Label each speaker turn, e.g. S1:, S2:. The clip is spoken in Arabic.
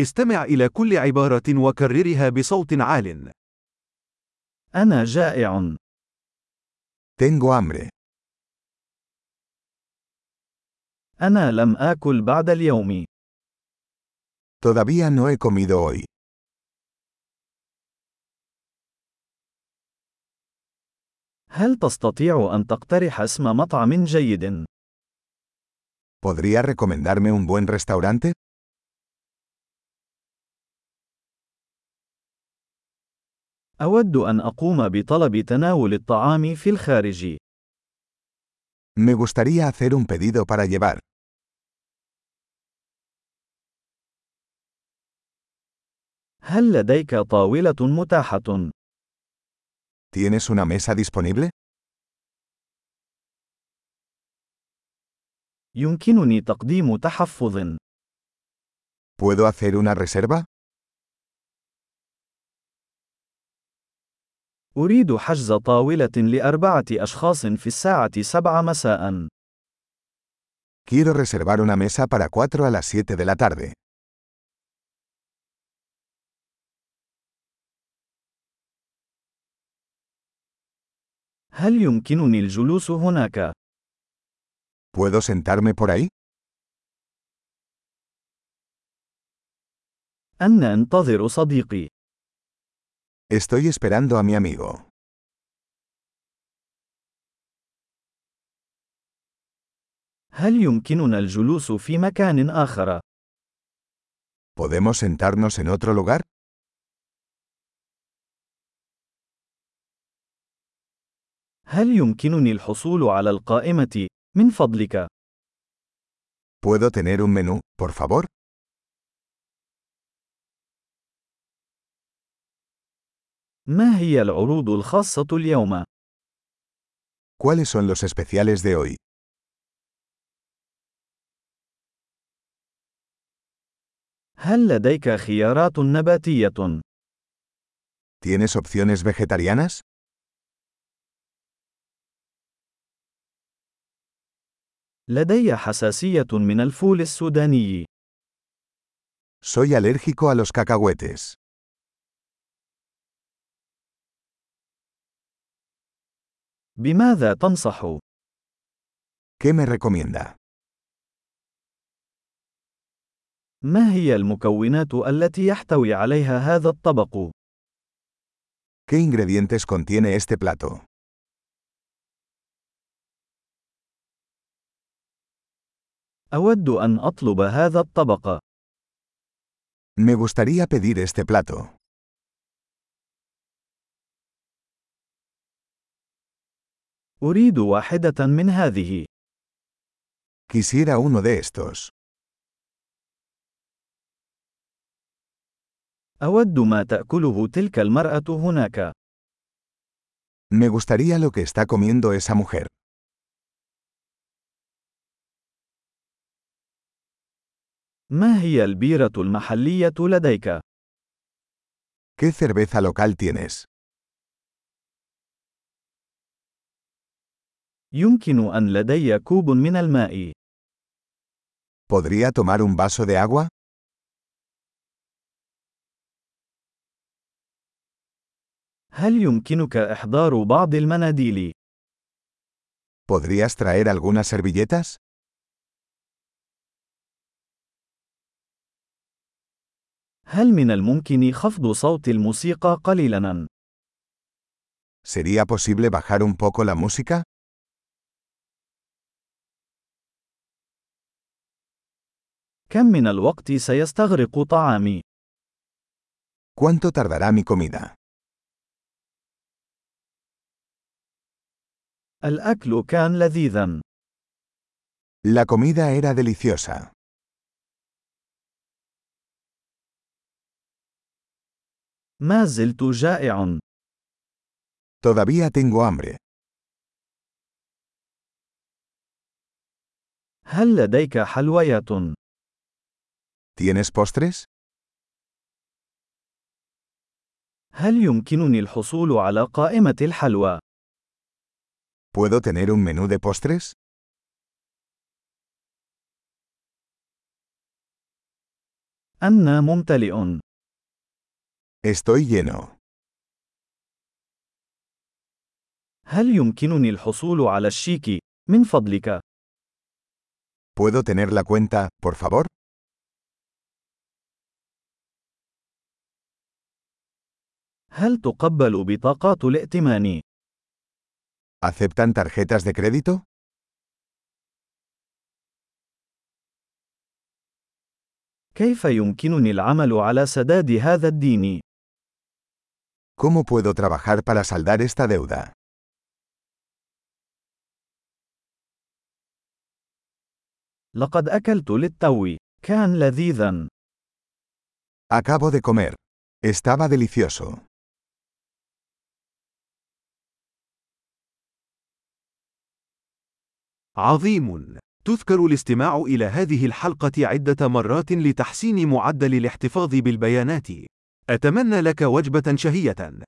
S1: استمع إلى كل عبارة وكررها بصوت عال.
S2: أنا جائع.
S3: Tengo hambre.
S2: أنا لم آكل بعد اليوم.
S3: Todavía no he comido hoy.
S2: هل تستطيع أن تقترح اسم مطعم جيد؟
S3: ¿Podría recomendarme un buen restaurante?
S2: أود أن أقوم بطلب تناول الطعام في الخارج.
S3: Me gustaría hacer un pedido para llevar.
S2: هل لديك طاولة متاحة؟
S3: ¿Tienes una mesa disponible?
S2: يمكنني تقديم تحفظ.
S3: ¿Puedo hacer una reserva?
S2: أريد حجز طاولة لأربعة أشخاص في الساعة 7 مساء.
S3: Quiero reservar una mesa para 4 a las 7 de la tarde.
S2: هل يمكنني الجلوس هناك؟
S3: ¿Puedo sentarme por ahí?
S2: أنا أنتظر صديقي.
S3: Estoy esperando a mi amigo.
S2: هل يمكننا الجلوس في مكان آخر؟
S3: ¿Podemos sentarnos en otro lugar?
S2: هل يمكنني الحصول على القائمة؟ من فضلك،
S3: ¿Puedo tener un menú, por favor?
S2: ما هي العروض الخاصة اليوم؟
S3: ¿Cuáles son los especiales de hoy?
S2: هل لديك خيارات نباتية؟
S3: ¿Tienes opciones vegetarianas?
S2: لدي حساسية من الفول السوداني.
S3: Soy alérgico a los cacahuetes.
S2: بماذا تنصح؟
S3: ¿Qué me recomienda?
S2: ما هي المكونات التي يحتوي عليها هذا الطبق؟
S3: ¿Qué ingredientes contiene este plato?
S2: أود أن أطلب هذا الطبق.
S3: Me gustaría pedir este plato.
S2: أريد واحدة من هذه.
S3: Quisiera uno de estos.
S2: أود ما تأكله تلك المرأة هناك.
S3: Me gustaría lo que está comiendo esa mujer.
S2: ما هي البيرة المحلية لديك؟
S3: ¿Qué cerveza local tienes?
S2: يمكن أن لدي كوب من الماء.
S3: ¿Podría tomar un vaso de agua?
S2: هل يمكنك إحضار بعض المناديل؟
S3: ¿Podrías traer algunas servilletas?
S2: هل من الممكن خفض صوت الموسيقى قليلاً؟
S3: ¿Sería posible bajar un poco la música?
S2: كم من الوقت سيستغرق طعامي؟
S3: ¿Cuánto tardará mi comida?
S2: الأكل كان لذيذاً.
S3: La comida era deliciosa.
S2: ما زلت جائع.
S3: Todavía tengo hambre.
S2: هل لديك حلويات؟
S3: ¿Tienes postres?
S2: هل يمكنني الحصول على قائمة الحلوى؟
S3: ¿Puedo tener un menú de postres?
S2: أنا ممتلئ.
S3: Estoy lleno.
S2: هل يمكنني الحصول على الشيك؟ من فضلك.
S3: ¿Puedo tener la cuenta, por favor?
S2: هل تقبل بطاقات الائتمان؟
S3: ¿Aceptan tarjetas de crédito?
S2: كيف يمكنني العمل على سداد هذا الدين؟
S3: ¿Cómo puedo trabajar para saldar esta deuda?
S2: لقد أكلت للتو. كان لذيذا.
S3: Acabo de comer. Estaba delicioso.
S1: عظيم. تذكر الاستماع إلى هذه الحلقة عدة مرات لتحسين معدل الاحتفاظ بالبيانات. أتمنى لك وجبة شهية.